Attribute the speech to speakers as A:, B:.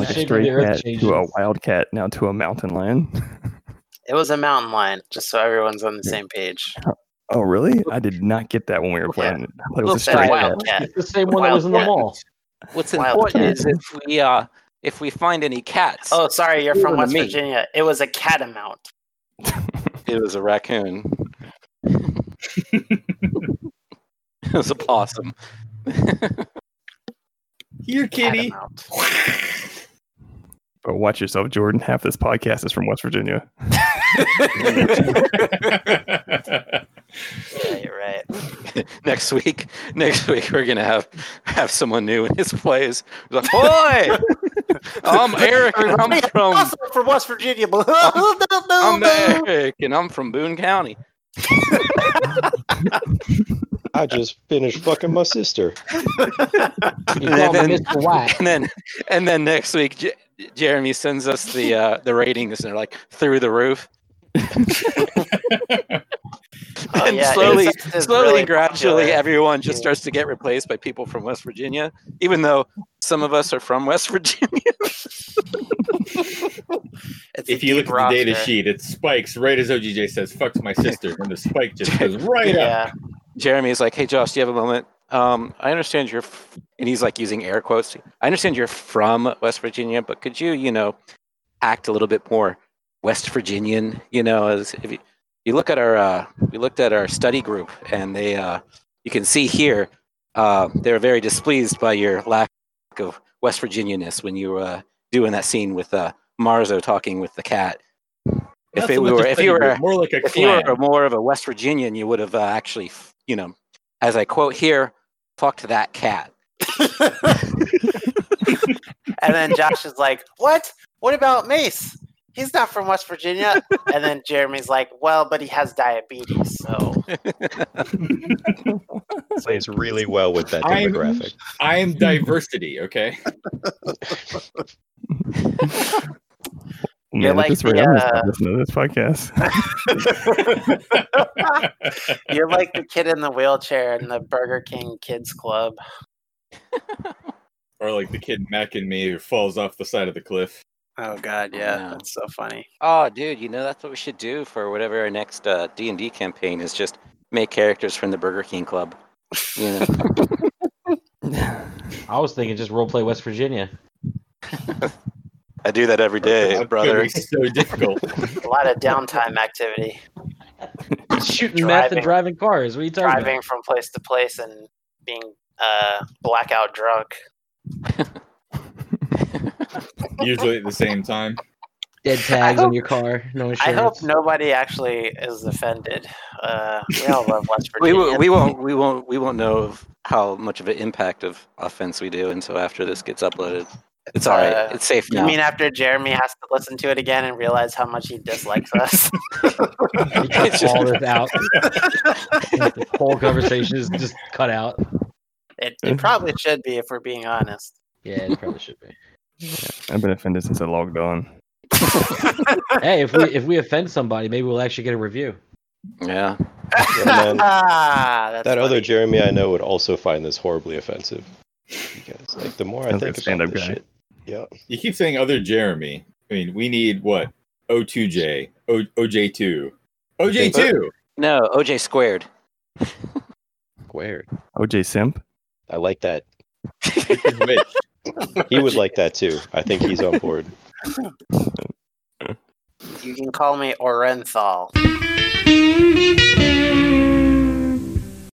A: earth
B: cat to a
A: changes.
B: wildcat, now to a mountain lion.
C: It was a mountain lion, just so everyone's on the same page.
B: oh, really? I did not get that when we were
C: Look at-
B: playing it. I thought it was a
C: look at
B: stray
C: wild
B: cat.
C: cat.
A: It's the same one that was in the
C: Wildcat.
A: mall.
D: What's
C: Wild
D: important
C: cat.
D: is if we uh if we find any cats,
C: Oh, sorry, you're
D: Cooler
C: from
D: than
C: West
D: me.
C: Virginia. It was a catamount.
D: it was a raccoon. it was a possum.
E: Here, kitty.
C: Catamount.
B: But watch yourself, Jordan. Half this podcast is from West Virginia.
C: Yeah, you're right.
D: next week, next week we're gonna have have someone new in his place. He's like, boy, I'm Eric and I'm from
C: Also from West Virginia.
D: I'm Eric and I'm from Boone County.
F: I just finished fucking my sister.
A: You
D: And
A: call him
D: then-
A: Mr. Wack.
D: And then and then next week, J- Jeremy sends us the uh, the ratings and they're like through the roof.
C: Oh,
D: and
C: yeah,
D: slowly,
C: Incest is
D: slowly
C: really
D: and gradually,
C: popular.
D: everyone just
C: Yeah.
D: starts to get replaced by people from West Virginia, even though some of us are from West Virginia.
C: It's a
E: if you look
C: deep
E: at the data
C: roster.
E: sheet, it spikes right as OGJ says, "Fucks my sister," and the spike just goes right up.
C: Oh, Yeah.
D: Jeremy's like, "Hey, Josh, do you have a moment? Um, I understand you're," f-, and he's like using air quotes. I understand you're from West Virginia, but could you, you know, act a little bit more West Virginian? You know, as if you, you look at our, uh, we looked at our study group, and they, uh, you can see here, uh, they're very displeased by your lack of West Virginianness when you were uh, doing that scene with uh, Marzo talking with the cat. If
E: Not
D: it
E: so much
D: were,
E: a
D: if you
E: study
D: were
E: group, more like a
D: if you were
E: clan.
D: more of a West Virginian, you would have uh, actually, f- you know, as I quote here, fucked that cat.
C: And then Josh is like, What? What about Mace? He's not from West Virginia. And then Jeremy's like, Well, but he has diabetes. So
F: Plays really well with that
E: I'm-
F: demographic.
E: I am diversity. Okay.
B: Man,
C: You're
B: at
C: like
B: this
C: the,
B: rate, I'm just
C: uh,
B: not listening to this podcast.
C: you're like the kid in the wheelchair in the Burger King Kids Club.
E: or like the kid Mac and me who falls off the side of the cliff.
C: Oh, God.
D: yeah, No.
C: That's so funny.
D: Oh, dude, you know that's what we should do for whatever our next uh, D and D campaign is. Just make characters from the Burger King Club. You know,
A: I was thinking just roleplay West Virginia.
D: I do that every day,
E: That's gonna
D: brother.
E: be so difficult.
C: A lot of downtime activity.
A: Shooting meth
C: Driving.
A: and driving cars. What are you talking
C: driving from place to place and being uh, blackout drunk.
E: Usually at the same time.
A: about? Dead tags
C: I
A: on your car. No insurance.
C: I hope nobody actually is offended. Uh, we all love West
D: We,
C: Virginia.
D: wo- we won't we won't we won't know of how much of an impact of offense we do until after this gets uploaded. It's all right.
C: Uh,
D: it's safe
C: You
D: now.
C: mean after Jeremy has to listen to it again and realize how much he dislikes us?
A: We cut
D: It's just-
A: all this out. the whole conversation is just cut out.
C: It, it probably should be, if we're being honest.
A: Yeah, it probably should be.
B: I've been offended since I logged on.
A: Hey, if we if we offend somebody, maybe we'll actually get a review.
D: yeah.
F: man.
C: Ah, that's
F: That other
C: funny.
F: Jeremy I know would also find this horribly offensive. Because like the more I
B: Sounds
F: think
B: like a
F: about
B: stand-up
F: this
B: guy.
F: shit, yeah,
E: You keep saying other Jeremy. I mean, we need what? O2J, o, OJ2, OJ2.
D: No, OJ squared.
F: squared.
B: OJ Simp.
F: I like that.
E: Wait,
F: He would like that too. I think he's on board.
C: You can call me Orenthal.